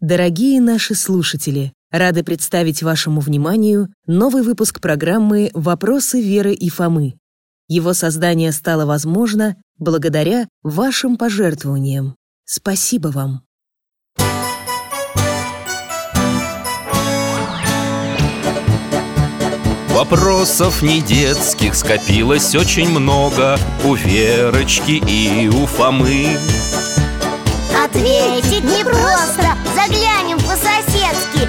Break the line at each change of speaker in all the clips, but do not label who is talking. Дорогие наши слушатели, рады представить вашему вниманию новый выпуск программы «Вопросы Веры и Фомы». Его создание стало возможно благодаря вашим пожертвованиям. Спасибо вам!
Вопросов не детских скопилось очень много У Верочки и у Фомы
Ответить непросто Заглянем по-соседски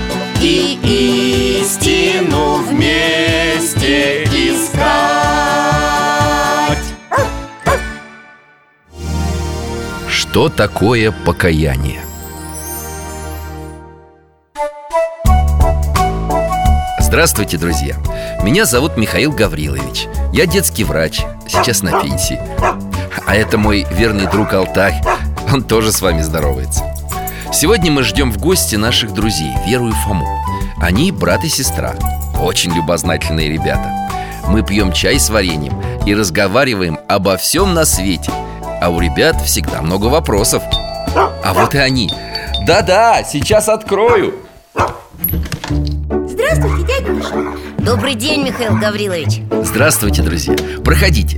И истину вместе искать Что такое покаяние? Здравствуйте, друзья! Меня зовут Михаил Гаврилович Я детский врач, сейчас на пенсии А это мой верный друг Алтарь Он тоже с вами здоровается Сегодня мы ждем в гости наших друзей Веру и Фому Они брат и сестра Очень любознательные ребята Мы пьем чай с вареньем И разговариваем обо всем на свете А у ребят всегда много вопросов А вот и они Да-да, сейчас открою
Здравствуйте, дядя Миша
Добрый день, Михаил Гаврилович
Здравствуйте, друзья. Проходите.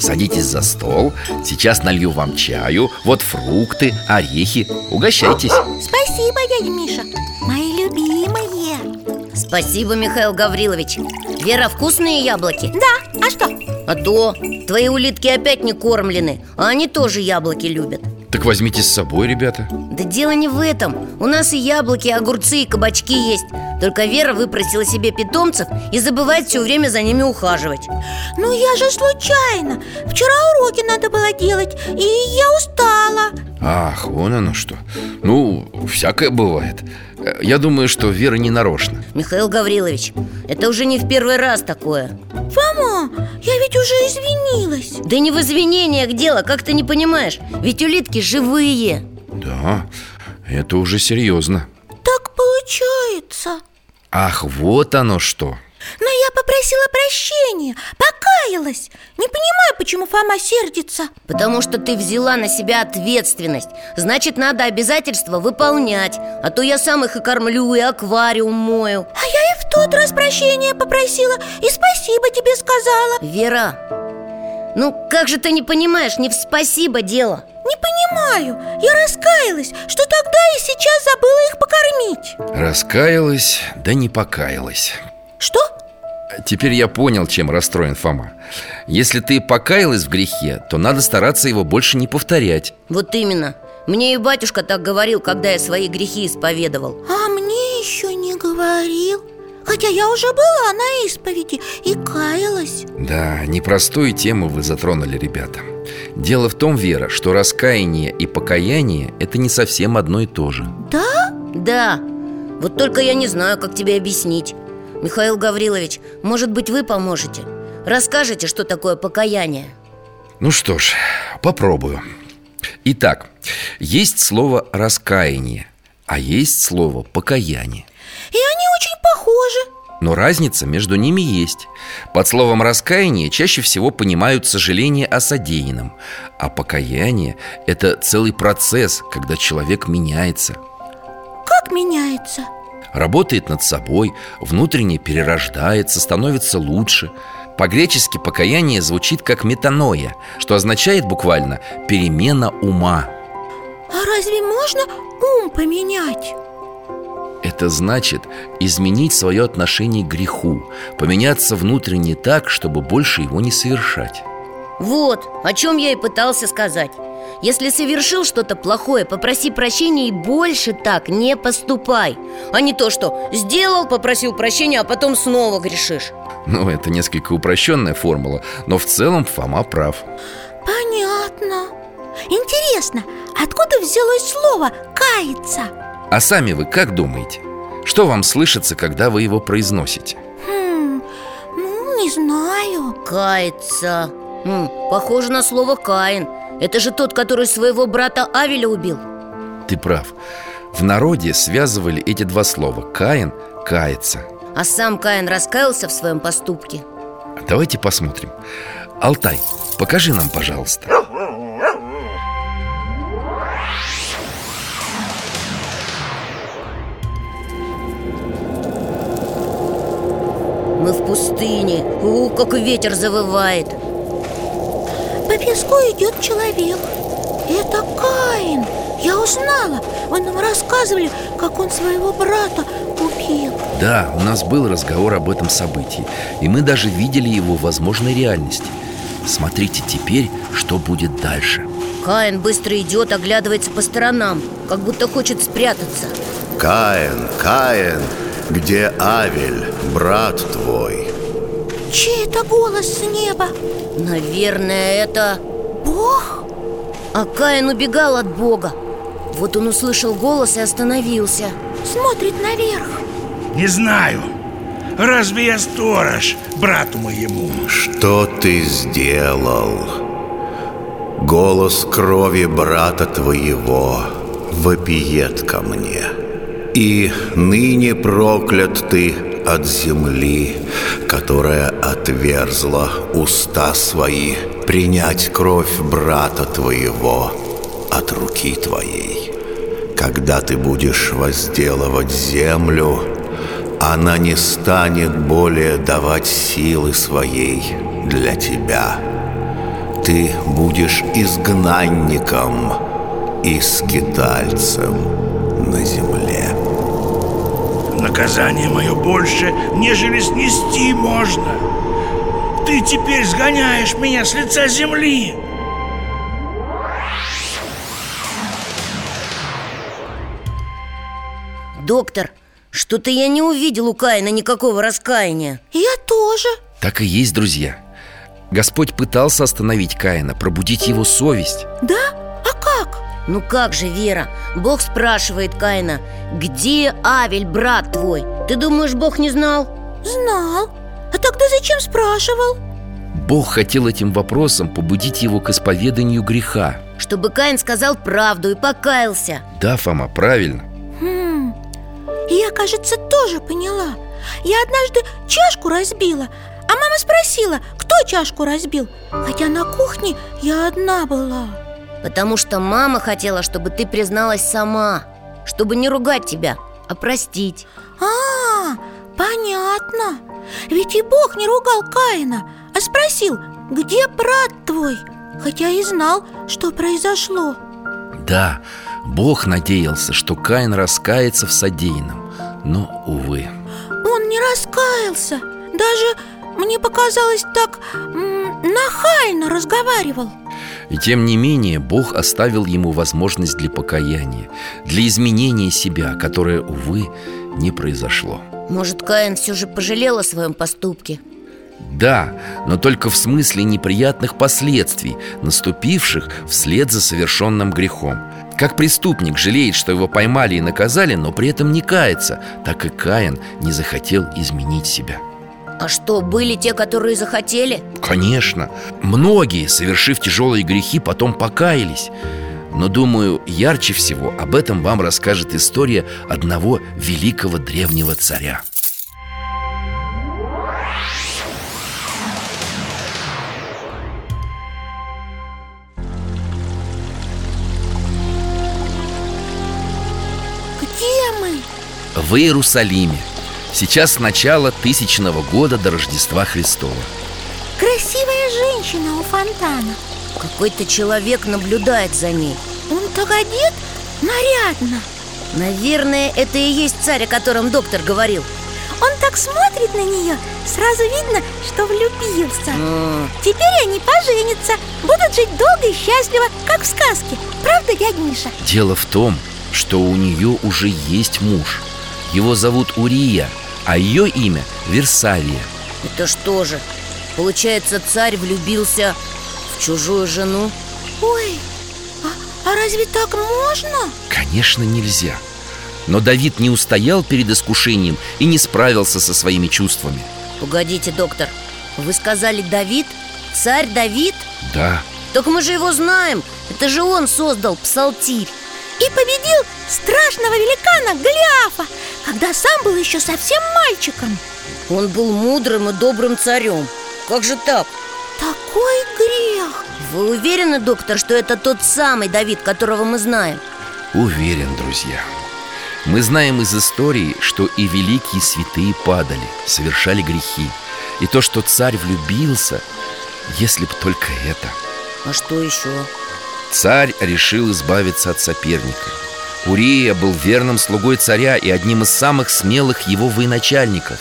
Садитесь за стол. Сейчас налью вам чаю. Вот фрукты, орехи. Угощайтесь.
Спасибо, дядя Миша Мои любимые
Спасибо, Михаил Гаврилович Вера, вкусные яблоки?
Да, а что?
А то, твои улитки опять не кормлены А они тоже яблоки любят
Так возьмите с собой, ребята.
Да дело не в этом У нас и яблоки, и огурцы, и кабачки есть Только Вера выпросила себе питомцев И забывает все время за ними ухаживать
Ну я же случайно Вчера уроки надо было делать И я устала
Ах, вон оно что. Ну, всякое бывает. Э, Я думаю, что Вера не нарочно.
Михаил Гаврилович, это уже не в первый раз такое
Фома, я ведь уже извинилась
Да не в извинениях дело, как ты не понимаешь Ведь улитки живые
Да, это уже серьезно.
Так получается
Ах, вот оно что.
Но я попросила прощения, покаялась Не понимаю, почему Фома сердится
Потому что ты взяла на себя ответственность Значит, надо обязательства выполнять А то я сам их и кормлю, и аквариум мою
А я и в тот раз прощения попросила И спасибо тебе сказала
Вера, ну как же ты не понимаешь, не в спасибо дело
Не понимаю, я раскаялась, что тогда и сейчас забыла их покормить
Раскаялась, да не покаялась.
Что?
Теперь я понял, чем расстроен Фома. Если ты покаялась в грехе, то надо стараться его больше не повторять.
Вот именно Мне и батюшка так говорил, когда я свои грехи исповедовал
А мне еще не говорил Хотя я уже была на исповеди и каялась
Да, непростую тему вы затронули, ребята. Дело в том, Вера, что раскаяние и покаяние – это не совсем одно и то же.
Да?
Да, вот только я не знаю, как тебе объяснить Михаил Гаврилович, может быть, вы поможете? Расскажете, что такое покаяние?
Ну что ж, попробую. Итак, есть слово «раскаяние», а есть слово «покаяние».
И они очень похожи
Но разница между ними есть. Под словом «раскаяние» чаще всего понимают сожаление о содеянном, а покаяние – это целый процесс, когда человек меняется,
Как меняется?
работает над собой, внутренне перерождается, становится лучше. По-гречески покаяние звучит как метаноя, что означает буквально «перемена ума».
А разве можно ум поменять?
Это значит изменить свое отношение к греху, поменяться внутренне так, чтобы больше его не совершать.
Вот, о чем я и пытался сказать Если совершил что-то плохое, попроси прощения и больше так не поступай А не то, что сделал, попросил прощения, а потом снова грешишь
Ну, это несколько упрощенная формула, но в целом Фома прав.
Понятно Интересно, откуда взялось слово «каяться»?
А сами вы как думаете? Что вам слышится, когда вы его произносите?
Хм, ну, не знаю
Кается М, Похоже на слово Каин Это же тот, который своего брата Авеля убил
Ты прав В народе связывали эти два слова «Каин» – «кается»
А сам Каин раскаялся в своем поступке
Давайте посмотрим Алтай, покажи нам, пожалуйста
Мы в пустыне У, как ветер завывает
По песку идет человек Это Каин Я узнала Вы нам рассказывали, как он своего брата убил
Да, у нас был разговор об этом событии И мы даже видели его возможной реальности Смотрите теперь, что будет дальше
Каин быстро идет, оглядывается по сторонам Как будто хочет спрятаться
Каин, Каин, где Авель, брат твой?
Чей это голос с неба?
Наверное, это...
Бог?
А Каин убегал от Бога Вот он услышал голос и остановился
Смотрит наверх
Не знаю. Разве я сторож, брату моему?
Что ты сделал? Голос крови брата твоего вопиет ко мне. И ныне проклят ты от земли, которая отверзла уста свои принять кровь брата твоего от руки твоей. Когда ты будешь возделывать землю, она не станет более давать силы своей для тебя. Ты будешь изгнанником и скитальцем на земле.
Наказание мое больше, нежели снести можно. Ты теперь сгоняешь меня с лица земли.
Доктор, что-то я не увидел у Каина никакого раскаяния
Я тоже
Так и есть, друзья Господь пытался остановить Каина, пробудить его совесть
Да? А как?
Ну как же, Вера? Бог спрашивает Каина, где Авель, брат твой? Ты думаешь, Бог не знал?
Знал А тогда зачем спрашивал?
Бог хотел этим вопросом побудить его к исповеданию греха
Чтобы Каин сказал правду и покаялся
Да, Фома, правильно
Хм, я, кажется, тоже поняла Я однажды чашку разбила А мама спросила, кто чашку разбил Хотя на кухне я одна была
Потому что мама хотела, чтобы ты призналась сама Чтобы не ругать тебя, а простить
А, понятно Ведь и Бог не ругал Каина А спросил, где брат твой? Хотя и знал, что произошло
Да, Бог надеялся, что Каин раскается в содеянном Но, увы
Он не раскаялся Даже, мне показалось, так м, нахально разговаривал
И тем не менее, Бог оставил ему возможность для покаяния Для изменения себя, которое, увы, не произошло
Может, Каин все же пожалел о своем поступке?
Да, но только в смысле неприятных последствий, наступивших вслед за совершенным грехом Как преступник жалеет, что его поймали и наказали, но при этом не кается Так и Каин не захотел изменить себя
А что, были те, которые захотели?
Конечно, многие, совершив тяжелые грехи, потом покаялись Но, думаю, ярче всего об этом вам расскажет история одного великого древнего царя
Где мы?
в Иерусалиме Сейчас начало тысячного года до Рождества Христова
Красивая женщина у фонтана
Какой-то человек наблюдает за ней
Он так одет нарядно
Наверное, это и есть царь, о котором доктор говорил
Он так смотрит на нее Сразу видно, что влюбился
М,
Теперь они поженятся Будут жить долго и счастливо, как в сказке Правда, дядь Миша?
Дело в том, что у нее уже есть муж Его зовут Урия, а ее имя Версавия
Это что же? Получается, царь влюбился в чужую жену?
Ой, а, а разве так можно?
Конечно, нельзя Но Давид не устоял перед искушением и не справился со своими чувствами
Погодите, доктор Вы сказали Давид? Царь Давид?
Да,
Так мы же его знаем Это же он создал псалтирь
И победил страшного великана Голиафа, когда сам был еще совсем мальчиком
Он был мудрым и добрым царем Как же так?
Такой грех
Вы уверены, доктор, что это тот самый Давид, которого мы знаем?
уверен, друзья Мы знаем из истории, что и великие святые падали, совершали грехи И то, что царь влюбился, если б только это
А что еще?
Царь решил избавиться от соперника. Урия был верным слугой царя и одним из самых смелых его военачальников.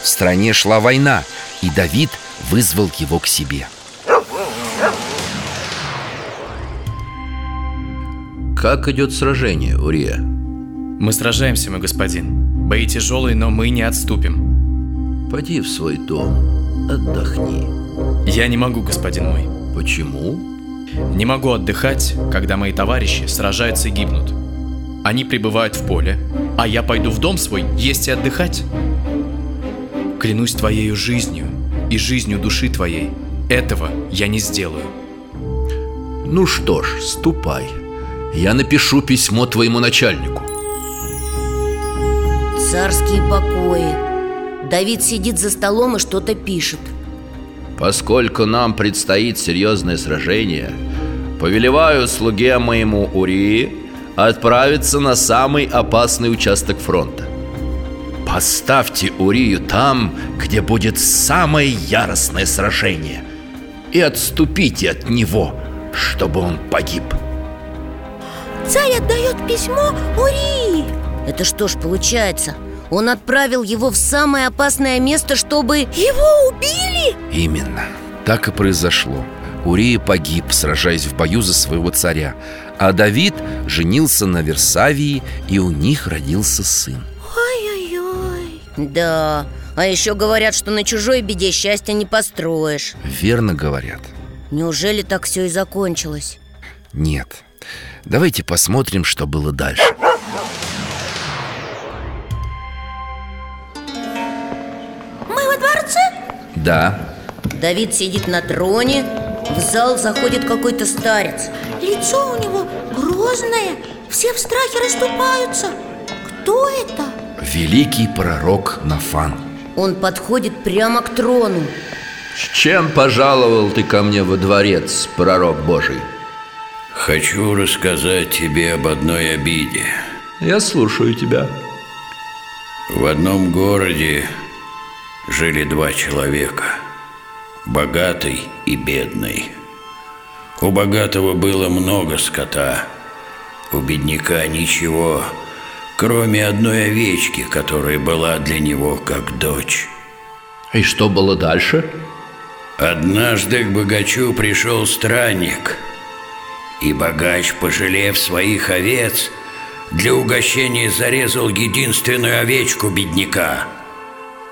В стране шла война, и Давид вызвал его к себе.
Как идет сражение, Урия?
Мы сражаемся, мой господин. Бои тяжелые, но мы не отступим.
Поди в свой дом, отдохни.
Я не могу, господин мой.
Почему?
Не могу отдыхать, когда мои товарищи сражаются и гибнут. Они пребывают в поле, а я пойду в дом свой есть и отдыхать. Клянусь твоею жизнью и жизнью души твоей. Этого я не сделаю.
Ну что ж, ступай. Я напишу письмо твоему начальнику.
Царские покои Давид сидит за столом и что-то пишет
Поскольку нам предстоит серьезное сражение, повелеваю слуге моему Урии отправиться на самый опасный участок фронта. Поставьте Урию там, где будет самое яростное сражение, и отступите от него, чтобы он погиб.
Царь отдает письмо Урии
Это что ж получается? Он отправил его в самое опасное место, чтобы...
Его убили?
Именно. Так и произошло. Урия погиб, сражаясь в бою за своего царя. А Давид женился на Версавии, и у них родился сын.
Ой-ой-ой
Да, а еще говорят, что на чужой беде счастья не построишь
Верно говорят.
Неужели так все и закончилось?
Нет. Давайте посмотрим, что было дальше.
Мы А во дворце?
Да,
Давид сидит на троне, в зал заходит какой-то старец
Лицо у него грозное Все в страхе расступаются Кто это?
великий пророк Нафан.
Он подходит прямо к трону
С чем пожаловал ты ко мне во дворец, пророк Божий?
Хочу рассказать тебе об одной обиде.
Я слушаю тебя.
В одном городе жили два человека, богатый и бедный. У богатого было много скота, у бедняка ничего, кроме одной овечки, которая была для него как дочь.
И что было дальше?
Однажды к богачу пришел странник, и богач, пожалев своих овец, для угощения зарезал единственную овечку бедняка.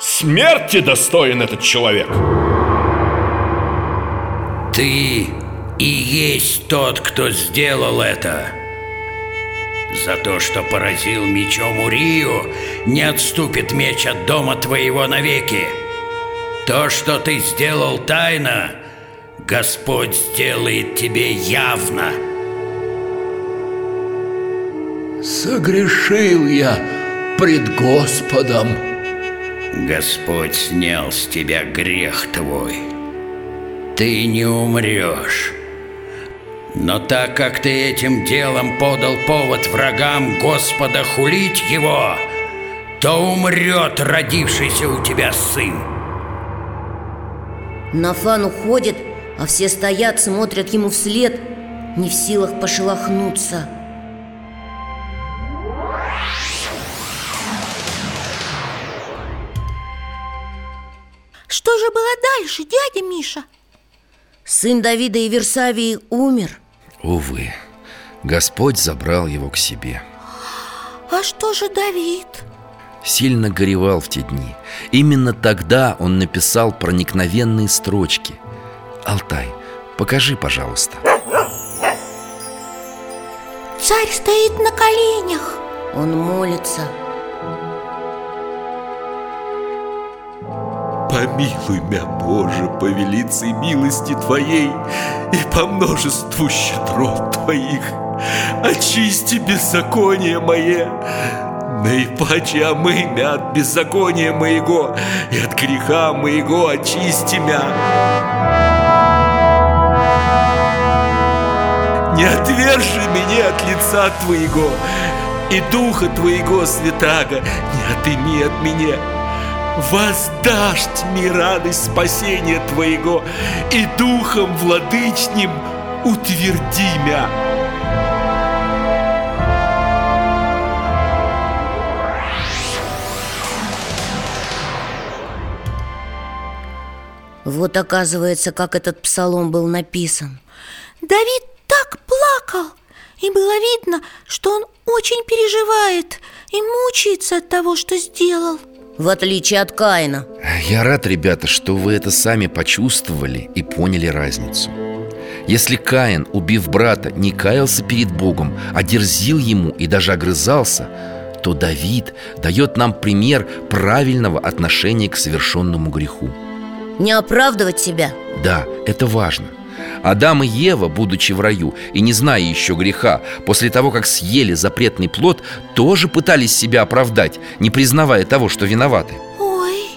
Смерти достоин этот человек
Ты и есть тот, кто сделал это. За то, что поразил мечом Урию, не отступит меч от дома твоего навеки. То, что ты сделал тайно, Господь сделает тебе явно.
Согрешил я пред Господом.
Господь снял с тебя грех твой. Ты не умрешь. Но так как ты этим делом подал повод врагам Господа хулить его, то умрет родившийся у тебя сын.
Нафан уходит, а все стоят, смотрят ему вслед Не в силах пошелохнуться
Что же было дальше, дядя Миша?
Сын Давида и Версавии умер
Увы, Господь забрал его к себе.
А что же Давид?
Сильно горевал в те дни. Именно тогда он написал проникновенные строчки. Алтай, покажи, пожалуйста.
Царь стоит на коленях
Он молится.
Помилуй меня, Боже, по велице милости Твоей и по множеству щедрот Твоих. Очисти беззаконие мое, наипаче омы мя от беззакония моего и от греха моего очисти мя. Не отвержи меня от лица Твоего и Духа Твоего святаго, не отыми от меня. Воздашь мне радость спасения Твоего и Духом Владычним утверди мя.
Вот оказывается, как этот псалом был написан.
Давид так плакал, и было видно, что он очень переживает и мучается от того, что сделал.
В отличие от Каина.
Я рад, ребята, что вы это сами почувствовали и поняли разницу. Если Каин, убив брата, не каялся перед Богом, а дерзил ему и даже огрызался, то Давид дает нам пример правильного отношения к совершенному греху.
Не оправдывать себя
Да, это важно. Адам и Ева, будучи в раю и не зная еще греха, после того, как съели запретный плод, тоже пытались себя оправдать, не признавая того, что виноваты.
Ой,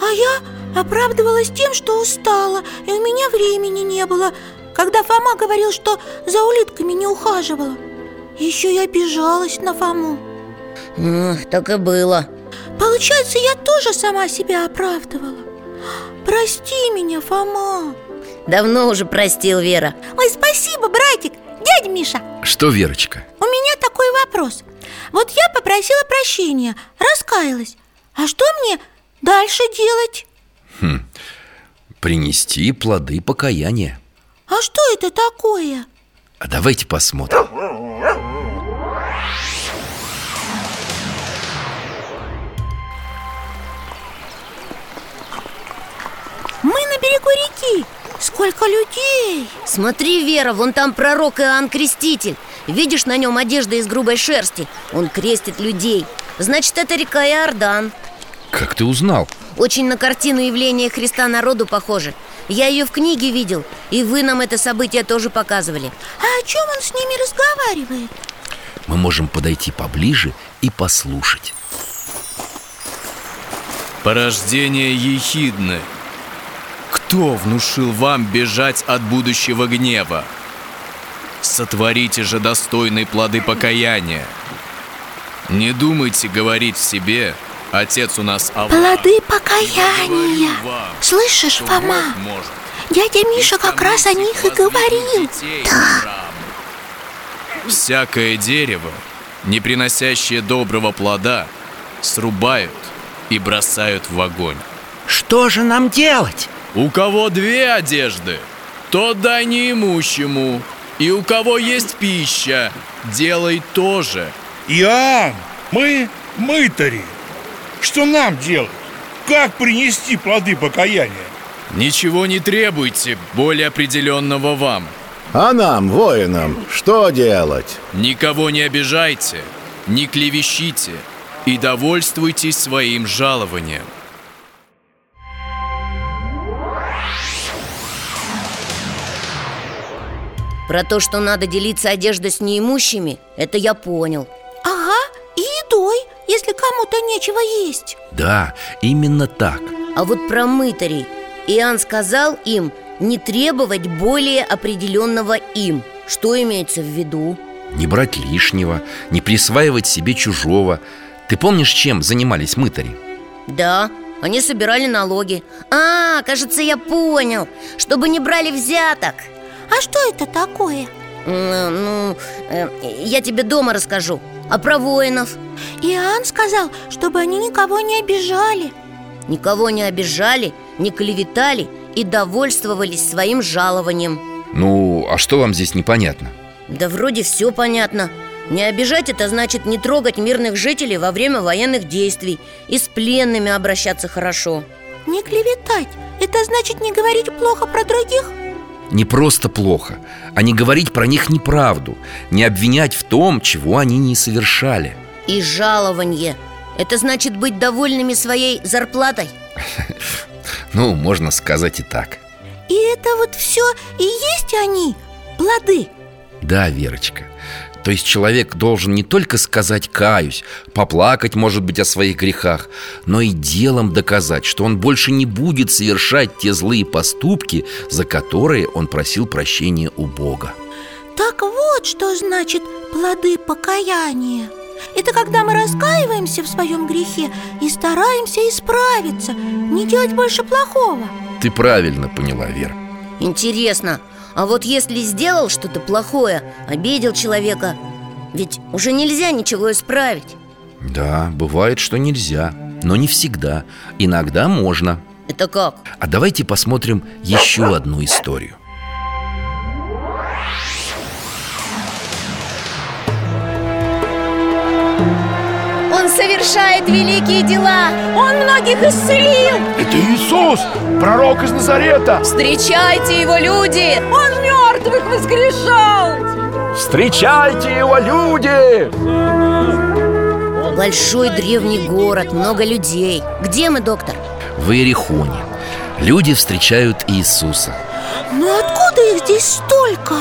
а я оправдывалась тем, что устала, и у меня времени не было, когда Фома говорил, что за улитками не ухаживала. Еще я обижалась на Фому.
Эх, Так и было
Получается, я тоже сама себя оправдывала. Прости меня, Фома.
Давно уже простил Вера
Ой, спасибо, братик, дядя Миша.
Что, Верочка?
У меня такой вопрос. Вот я попросила прощения, раскаялась. А что мне дальше делать?
Принести плоды покаяния.
А что это такое?
А давайте посмотрим.
Мы на берегу реки. Сколько людей!
Смотри, Вера, вон там пророк Иоанн Креститель Видишь, на нем одежда из грубой шерсти Он крестит людей Значит, это река Иордан
Как ты узнал?
Очень на картину явления Христа народу похоже Я ее в книге видел И вы нам это событие тоже показывали
А о чем он с ними разговаривает?
Мы можем подойти поближе и послушать.
Порождение ехидны. Кто внушил вам бежать от будущего гнева? Сотворите же достойные плоды покаяния. Не думайте говорить в себе, Отец у нас Авраам.
Плоды
Говорю
покаяния.
вам,
Слышишь,
что
Фома?
Бог может.
Дядя Миша как раз о них и говорил.
Да. Всякое дерево, не приносящее доброго плода, срубают и бросают в огонь.
Что же нам делать?
У кого две одежды, то дай неимущему. И у кого есть пища, делай то же.
Иоанн, мы мытари. Что нам делать? Как принести плоды покаяния?
Ничего не требуйте более определенного вам.
А нам, воинам, что делать?
Никого не обижайте, не клевещите и довольствуйтесь своим жалованием.
Про то, что надо делиться одеждой с неимущими Это я понял
Ага, и едой, если кому-то нечего есть.
Да, именно так.
А вот про мытарей Иоанн сказал им не требовать более определенного им Что имеется в виду?
Не брать лишнего, не присваивать себе чужого. Ты помнишь, чем занимались мытари?
Да, они собирали налоги А, кажется, я понял Чтобы не брали взяток
А что это такое?
М, Ну, э, я тебе дома расскажу А про воинов?
Иоанн сказал, чтобы они никого не обижали.
Никого не обижали, не клеветали И довольствовались своим жалованием
Ну, а что вам здесь непонятно?
Да вроде все понятно не обижать это значит не трогать мирных жителей во время военных действий И с пленными обращаться хорошо
Не клеветать. Это значит не говорить плохо про других?
Не просто плохо, а не говорить про них неправду, не обвинять в том, чего они не совершали.
И жалованье Это значит быть довольными своей зарплатой?
Ну, можно сказать и так
И это вот все и есть они, плоды?
Да, Верочка то есть человек должен не только сказать «каюсь», поплакать, может быть, о своих грехах, но и делом доказать, что он больше не будет совершать те злые поступки, за которые он просил прощения у Бога.
Так вот, что значит плоды покаяния. Это когда мы раскаиваемся в своем грехе и стараемся исправиться, не делать больше плохого.
Ты правильно поняла, Вера.
Интересно, а вот если сделал что-то плохое, обидел человека, ведь уже нельзя ничего исправить.
Да, бывает, что нельзя, но не всегда. Иногда можно.
Это как?
А давайте посмотрим еще одну историю.
Он совершает великие дела Он многих исцелил
Это Иисус, пророк из Назарета
Встречайте его, люди Он мертвых воскрешал
Встречайте его, люди!
Большой древний город, много людей Где мы, доктор?
В Иерихоне Люди встречают Иисуса
Но откуда их здесь столько?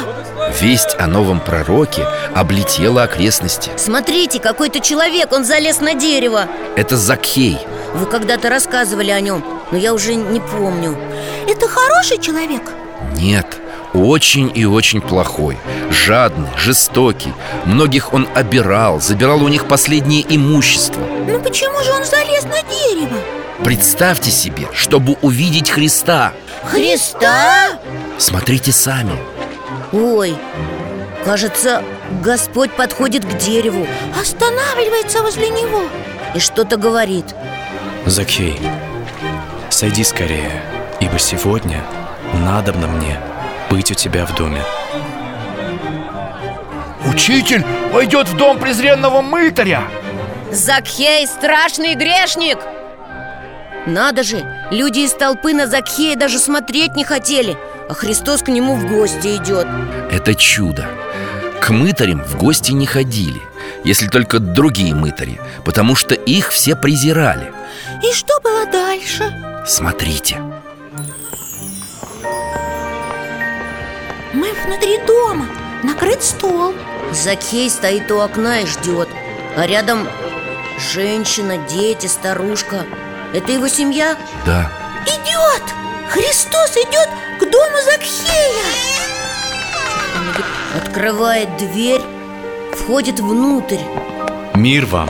Весть о новом пророке облетела окрестности
Смотрите, какой-то человек, он залез на дерево
Это Закхей
Вы когда-то рассказывали о нем, но я уже не помню
Это хороший человек?
Нет, очень и очень плохой Жадный, жестокий Многих он обирал, забирал у них последнее имущество
Ну почему же он залез на дерево?
Представьте себе, чтобы увидеть Христа
Христа?
Смотрите сами
Ой, кажется, Господь подходит к дереву
Останавливается возле него
И что-то говорит
Закхей, сойди скорее, ибо сегодня надобно мне быть у тебя в доме
Учитель войдет в дом презренного мытаря
Закхей – страшный грешник!
Надо же, люди из толпы на Закхея даже смотреть не хотели А Христос к нему в гости идет
Это чудо К мытарям в гости не ходили Если только другие мытари Потому что их все презирали
И что было дальше?
Смотрите
Мы внутри дома, накрыт стол
Закхей стоит у окна и ждет А рядом женщина, дети, старушка это его семья?
Да
Идет! Христос идет к дому Закхея
Открывает дверь, входит внутрь
Мир вам!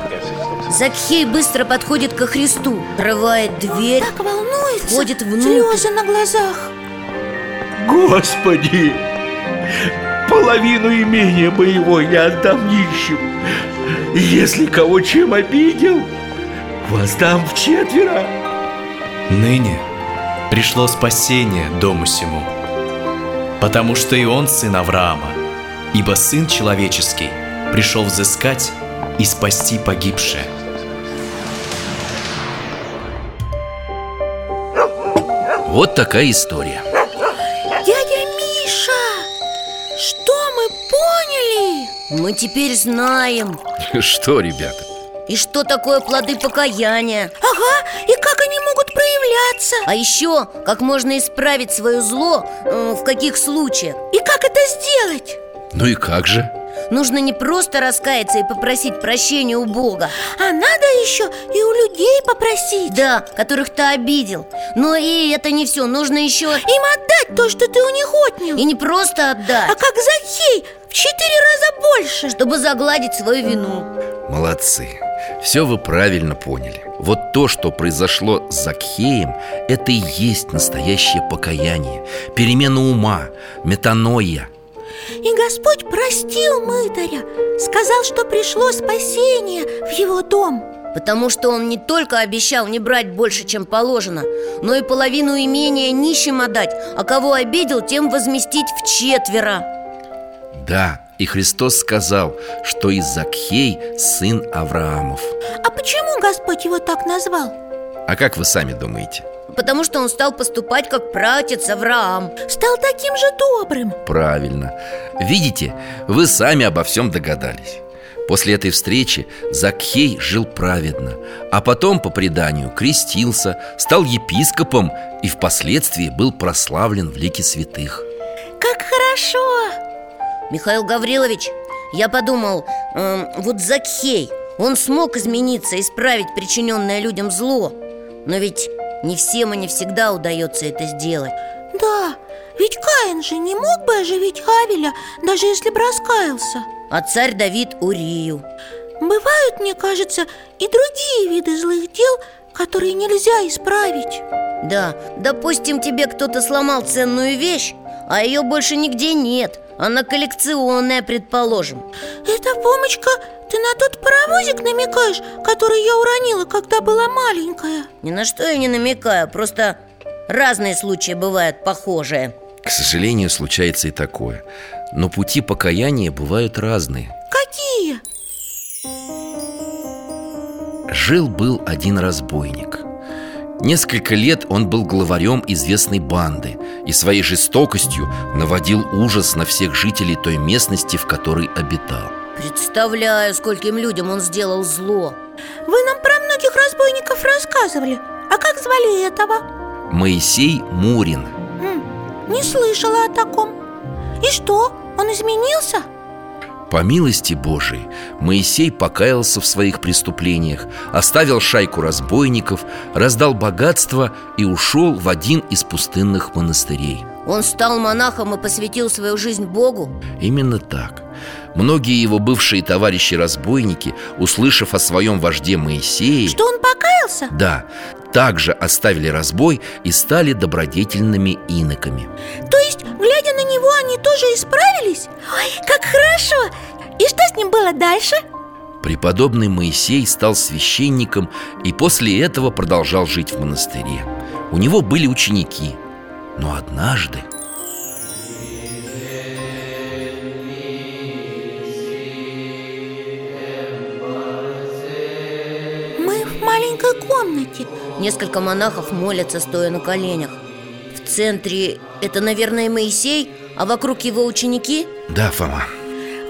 Закхей быстро подходит ко Христу Открывает дверь
Так волнуется,
входит внутрь
слезы на глазах
Господи! Половину имения моего я отдам нищим И если кого чем обидел, воздам в четверо.
Ныне пришло спасение дому сему, потому что и он сын Авраама, ибо сын человеческий пришел взыскать и спасти погибшее.
Вот такая история.
Дядя Миша, что мы поняли?
Мы теперь знаем.
Что, ребята?
И что такое плоды покаяния?
Ага, и как они могут проявляться?
А еще, как можно исправить свое зло, э, в каких случаях?
И как это сделать?
Ну и как же?
Нужно не просто раскаяться и попросить прощения у Бога
А надо еще и у людей попросить
Да, которых ты обидел Но и это не все, нужно еще...
Им отдать то, что ты у них отнял
И не просто отдать
А как Захей, в четыре раза больше
Чтобы загладить свою вину
Молодцы, все вы правильно поняли Вот то, что произошло с Закхеем Это и есть настоящее покаяние Перемена ума, метаноя
и Господь простил мытаря Сказал, что пришло спасение в его дом
Потому что он не только обещал не брать больше, чем положено Но и половину имения нищим отдать А кого обидел, тем возместить в четверо
Да, и Христос сказал, что из Закхей сын Авраамов
А почему Господь его так назвал?
А как вы сами думаете?
Потому что он стал поступать как пратец Авраам
Стал таким же добрым
Правильно Видите, вы сами обо всем догадались После этой встречи Закхей жил праведно А потом, по преданию, крестился, стал епископом И впоследствии был прославлен в лике святых
Как хорошо!
Михаил Гаврилович, я подумал, эм, вот Закхей, он смог измениться, исправить причиненное людям зло Но ведь не всем и не всегда удается это сделать
Да, ведь Каин же не мог бы оживить Авеля, даже если бы раскаялся
А царь Давид Урию
Бывают, мне кажется, и другие виды злых дел, которые нельзя исправить
Да, допустим, тебе кто-то сломал ценную вещь, а ее больше нигде нет Она коллекционная, предположим
Это, Фомочка, ты на тот паровозик намекаешь, который я уронила, когда была маленькая?
Ни на что я не намекаю, просто разные случаи бывают похожие
К сожалению, случается и такое Но пути покаяния бывают разные
Какие?
Жил-был один разбойник Несколько лет он был главарем известной банды И своей жестокостью наводил ужас на всех жителей той местности, в которой обитал
Представляю, скольким людям он сделал зло
Вы нам про многих разбойников рассказывали А как звали этого?
Моисей Мурин
М, Не слышала о таком И что, он изменился?
По милости Божией Моисей покаялся в своих преступлениях, оставил шайку разбойников, раздал богатство и ушел в один из пустынных монастырей.
Он стал монахом и посвятил свою жизнь Богу?
Именно так. Многие его бывшие товарищи-разбойники, услышав о своем вожде Моисее...
Что он покаялся?
Да, также оставили разбой и стали добродетельными иноками
То есть, глядя на него, они тоже исправились? Ой, как хорошо! И что с ним было дальше?
Преподобный Моисей стал священником и после этого продолжал жить в монастыре. У него были ученики. Но однажды...
Мы в маленькой комнате.
Несколько монахов молятся, стоя на коленях. В центре это, наверное, Моисей, а вокруг его ученики?
Да, Фома.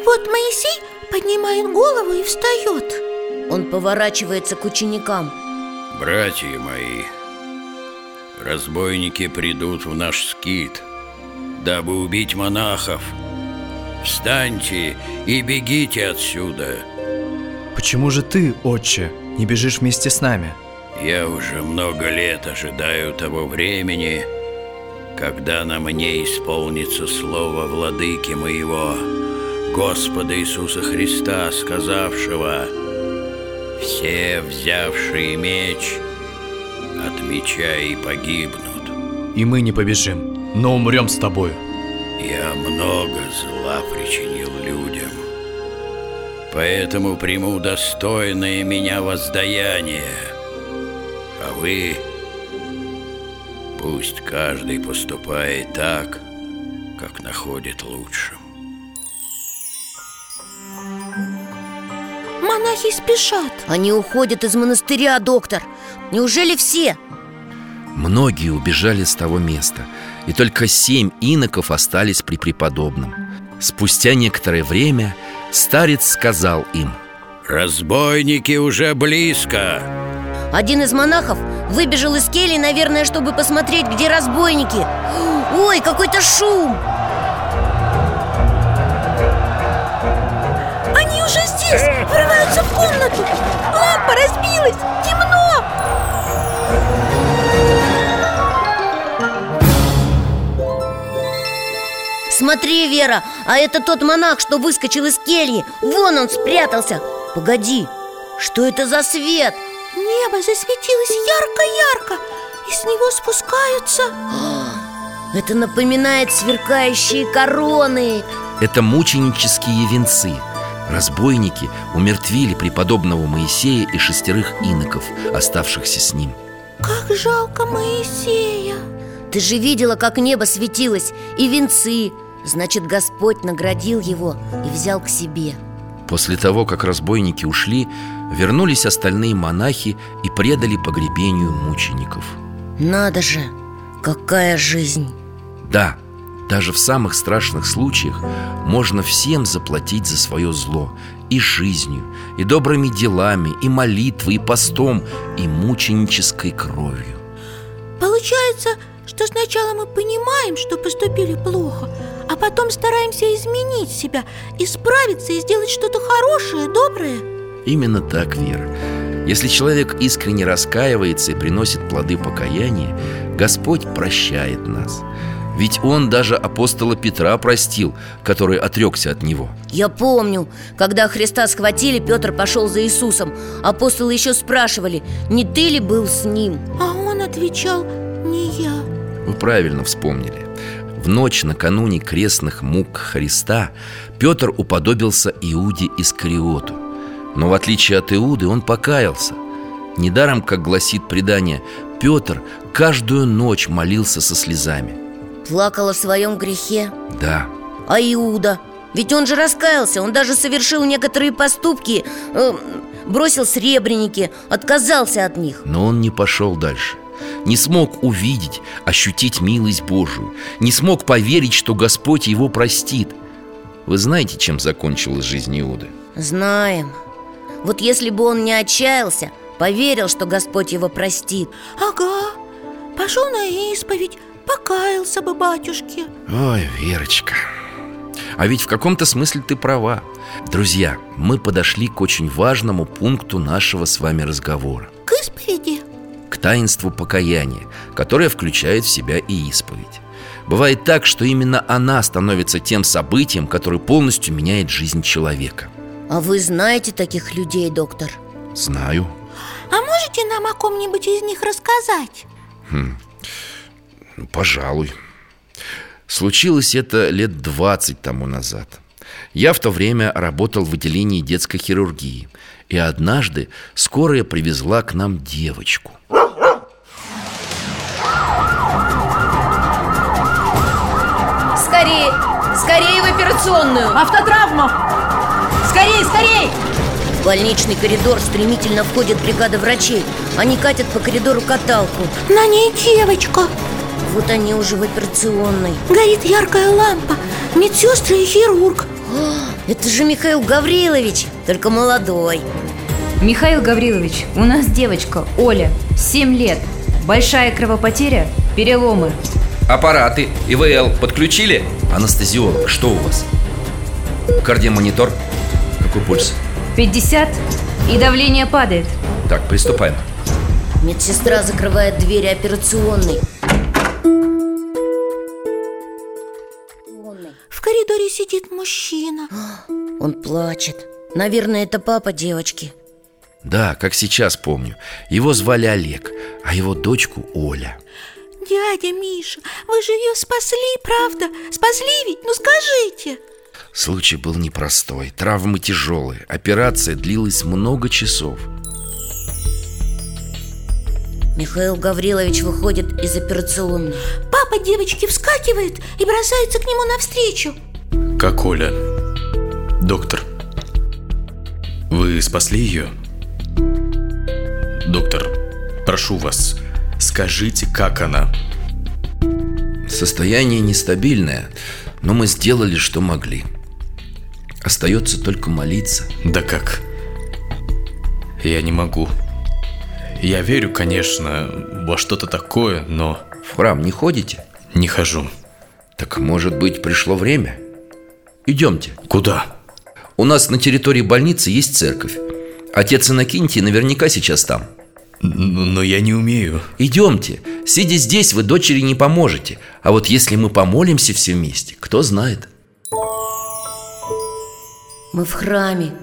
Вот Моисей поднимает голову и встает.
Он поворачивается к ученикам.
Братья мои, разбойники придут в наш скит, дабы убить монахов. Встаньте и бегите отсюда.
Почему же ты, отче, не бежишь вместе с нами?
Я уже много лет ожидаю того времени, когда на мне исполнится слово владыки моего, Господа Иисуса Христа, сказавшего «Все, взявшие меч, от меча и погибнут».
И мы не побежим, но умрем с тобою.
Я много зла причинил людям, поэтому приму достойное меня воздаяние. А вы пусть каждый поступает так, как находит лучшим.
Монахи спешат.
Они уходят из монастыря, доктор. Неужели все?
Многие убежали с того места, и только семь иноков остались при преподобном. Спустя некоторое время старец сказал им
«Разбойники уже близко!»
Один из монахов выбежал из кельи, наверное, чтобы посмотреть, где разбойники Ой, какой-то шум!
Они уже здесь! Врываются в комнату! Лампа разбилась! Темно!
Смотри, Вера, а это тот монах, что выскочил из кельи Вон он спрятался Погоди, что это за свет?
Небо засветилось ярко-ярко И с него спускаются
Это напоминает сверкающие короны
Это мученические венцы Разбойники умертвили преподобного Моисея и шестерых иноков, оставшихся с ним
Как жалко Моисея
Ты же видела, как небо светилось и венцы Значит, Господь наградил его и взял к себе
После того, как разбойники ушли, вернулись остальные монахи и предали погребению мучеников
Надо же, какая жизнь
Да, даже в самых страшных случаях можно всем заплатить за свое зло и жизнью, и добрыми делами, и молитвой, и постом, и мученической кровью.
Получается, что сначала мы понимаем, что поступили плохо, а потом стараемся изменить себя, исправиться и сделать что-то хорошее, доброе.
Именно так, Вера. Если человек искренне раскаивается и приносит плоды покаяния, Господь прощает нас. Ведь Он даже апостола Петра простил, который отрекся от него.
Я помню, когда Христа схватили, Петр пошел за Иисусом Апостолы еще спрашивали, не ты ли был с ним?
А он отвечал, не я.
Вы правильно вспомнили. В ночь накануне крестных мук Христа Петр уподобился Иуде Искариоту – но в отличие от Иуды он покаялся. Недаром, как гласит предание, Петр каждую ночь молился со слезами.
Плакала в своем грехе
Да,
А Иуда? Ведь он же раскаялся, он даже совершил некоторые поступки э, Бросил сребреники, отказался от них
но он не пошел дальше. Не смог увидеть, ощутить милость Божию. Не смог поверить, что Господь его простит. Вы знаете, чем закончилась жизнь Иуды?
Знаем Вот если бы он не отчаялся, поверил, что Господь его простит
Ага, пошел на исповедь, покаялся бы батюшке
Ой, Верочка А ведь в каком-то смысле ты права Друзья, мы подошли к очень важному пункту нашего с вами разговора
К исповеди
К таинству покаяния, которое включает в себя и исповедь Бывает так, что именно она становится тем событием, которое полностью меняет жизнь человека
А вы знаете таких людей, доктор?
Знаю
А можете нам о ком-нибудь из них рассказать?
Хм. Ну, Пожалуй. Случилось это лет 20 тому назад. Я в то время работал в отделении детской хирургии. И однажды скорая привезла к нам девочку.
Скорее, скорее в операционную Автотравма Скорей, скорей!
В больничный коридор стремительно входит бригада врачей Они катят по коридору каталку
На ней девочка
Вот они уже в операционной
Горит яркая лампа, медсестры и хирург
А, Это же Михаил Гаврилович, только молодой
Михаил Гаврилович, у нас девочка, Оля, 7 лет. Большая кровопотеря, переломы.
Аппараты, ИВЛ подключили? Анестезиолог, что у вас? Кардиомонитор? Какой пульс?
50 и давление падает.
Так, приступаем
Медсестра закрывает двери операционной
В коридоре сидит мужчина
Он плачет Наверное, это папа девочки
Да, как сейчас помню Его звали Олег, а его дочку Оля
Дядя Миша, вы же ее спасли, правда? Спасли ведь? Ну скажите
Случай был непростой, травмы тяжелые Операция длилась много часов
Михаил Гаврилович выходит из операционной
Папа девочки вскакивает и бросается к нему навстречу
Как Оля. Доктор. Вы спасли ее? Доктор, прошу вас, скажите, как она?
Состояние нестабильное, но мы сделали, что могли Остается только молиться
Да как? Я не могу. Я верю, конечно, во что-то такое, но...
В храм не ходите?
Не хожу.
Так может быть пришло время? Идемте
Куда?
У нас на территории больницы есть церковь Отец Иннокентий наверняка сейчас там
Н- Но я не умею.
Идемте, сидя здесь вы дочери не поможете А вот если мы помолимся все вместе, кто знает
Мы в храме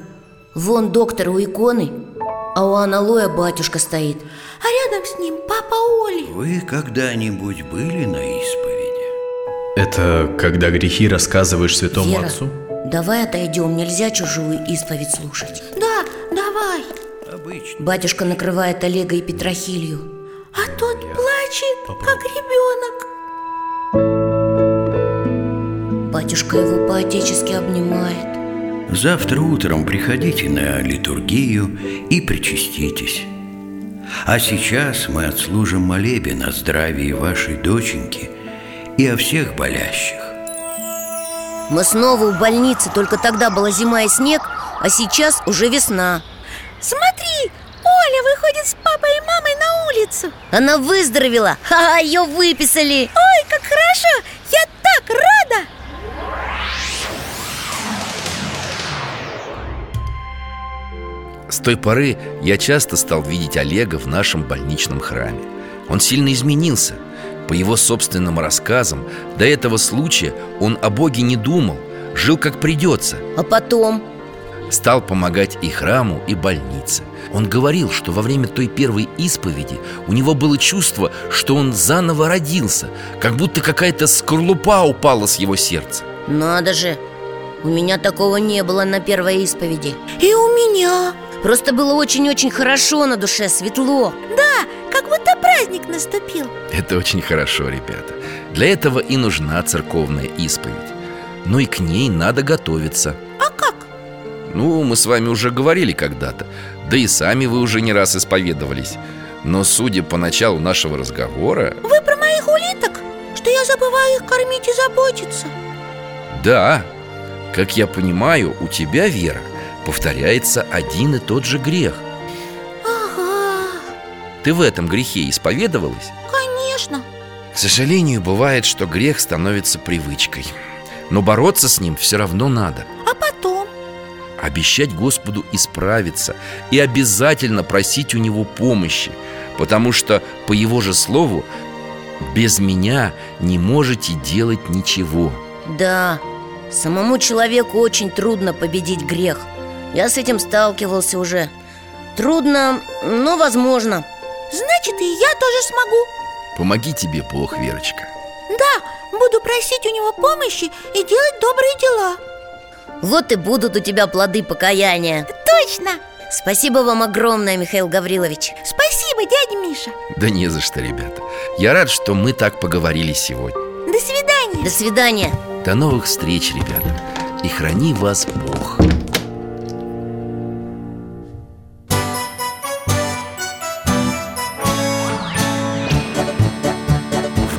Вон доктор у иконы А у аналоя батюшка стоит
А рядом с ним папа Оли
Вы когда-нибудь были на исповеди?
Это когда грехи рассказываешь святому
Вера,
отцу?
давай отойдем, нельзя чужую исповедь слушать
Да, давай
Батюшка накрывает Олега и Петрохилью
А тот плачет, как ребенок
Батюшка его по-отечески обнимает
Завтра утром приходите на литургию и причаститесь. А сейчас мы отслужим молебен о здравии вашей доченьки и о всех болящих.
Мы снова у больницы, только тогда была зима и снег а сейчас уже весна
Смотри, Оля выходит с папой и мамой на улицу
Она выздоровела, ха-ха, ее выписали
Ой, как хорошо, я так рада
С той поры я часто стал видеть Олега в нашем больничном храме. Он сильно изменился. По его собственным рассказам, до этого случая он о Боге не думал, жил как придется.
А потом?
Стал помогать и храму, и больнице. Он говорил, что во время той первой исповеди у него было чувство, что он заново родился, как будто какая-то скорлупа упала с его сердца.
Надо же, у меня такого не было на первой исповеди
И у меня
Просто было очень-очень хорошо на душе, светло
Да, как будто праздник наступил
Это очень хорошо, ребята. Для этого и нужна церковная исповедь. Но и к ней надо готовиться.
А как?
Ну, мы с вами уже говорили когда-то, да и сами вы уже не раз исповедовались. Но судя по началу нашего разговора,
Вы про моих улиток? Что я забываю их кормить и заботиться
да, как я понимаю, у тебя, Вера, повторяется один и тот же грех.
Ага,
Ты в этом грехе исповедовалась?
конечно
К сожалению, бывает, что грех становится привычкой. Но бороться с ним все равно надо.
А потом?
Обещать Господу исправиться и обязательно просить у Него помощи, потому что, по Его же слову, без меня не можете делать ничего.
Да, самому человеку очень трудно победить грех Я с этим сталкивался уже Трудно, но возможно
Значит, и я тоже смогу
Помоги тебе Бог, Верочка.
Да, буду просить у него помощи и делать добрые дела
Вот и будут у тебя плоды покаяния
Точно!
Спасибо вам огромное, Михаил Гаврилович
Спасибо, дядя Миша
Да не за что, ребята. Я рад, что мы так поговорили сегодня.
До свидания
До свидания
До новых встреч, ребята. И храни вас Бог.
В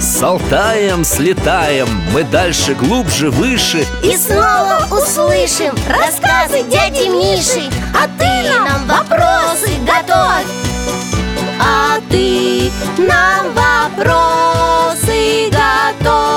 С Алтаем слетаем Мы дальше, глубже, выше
И снова услышим рассказы дяди Миши А ты нам вопросы готовь А ты нам вопросы готовь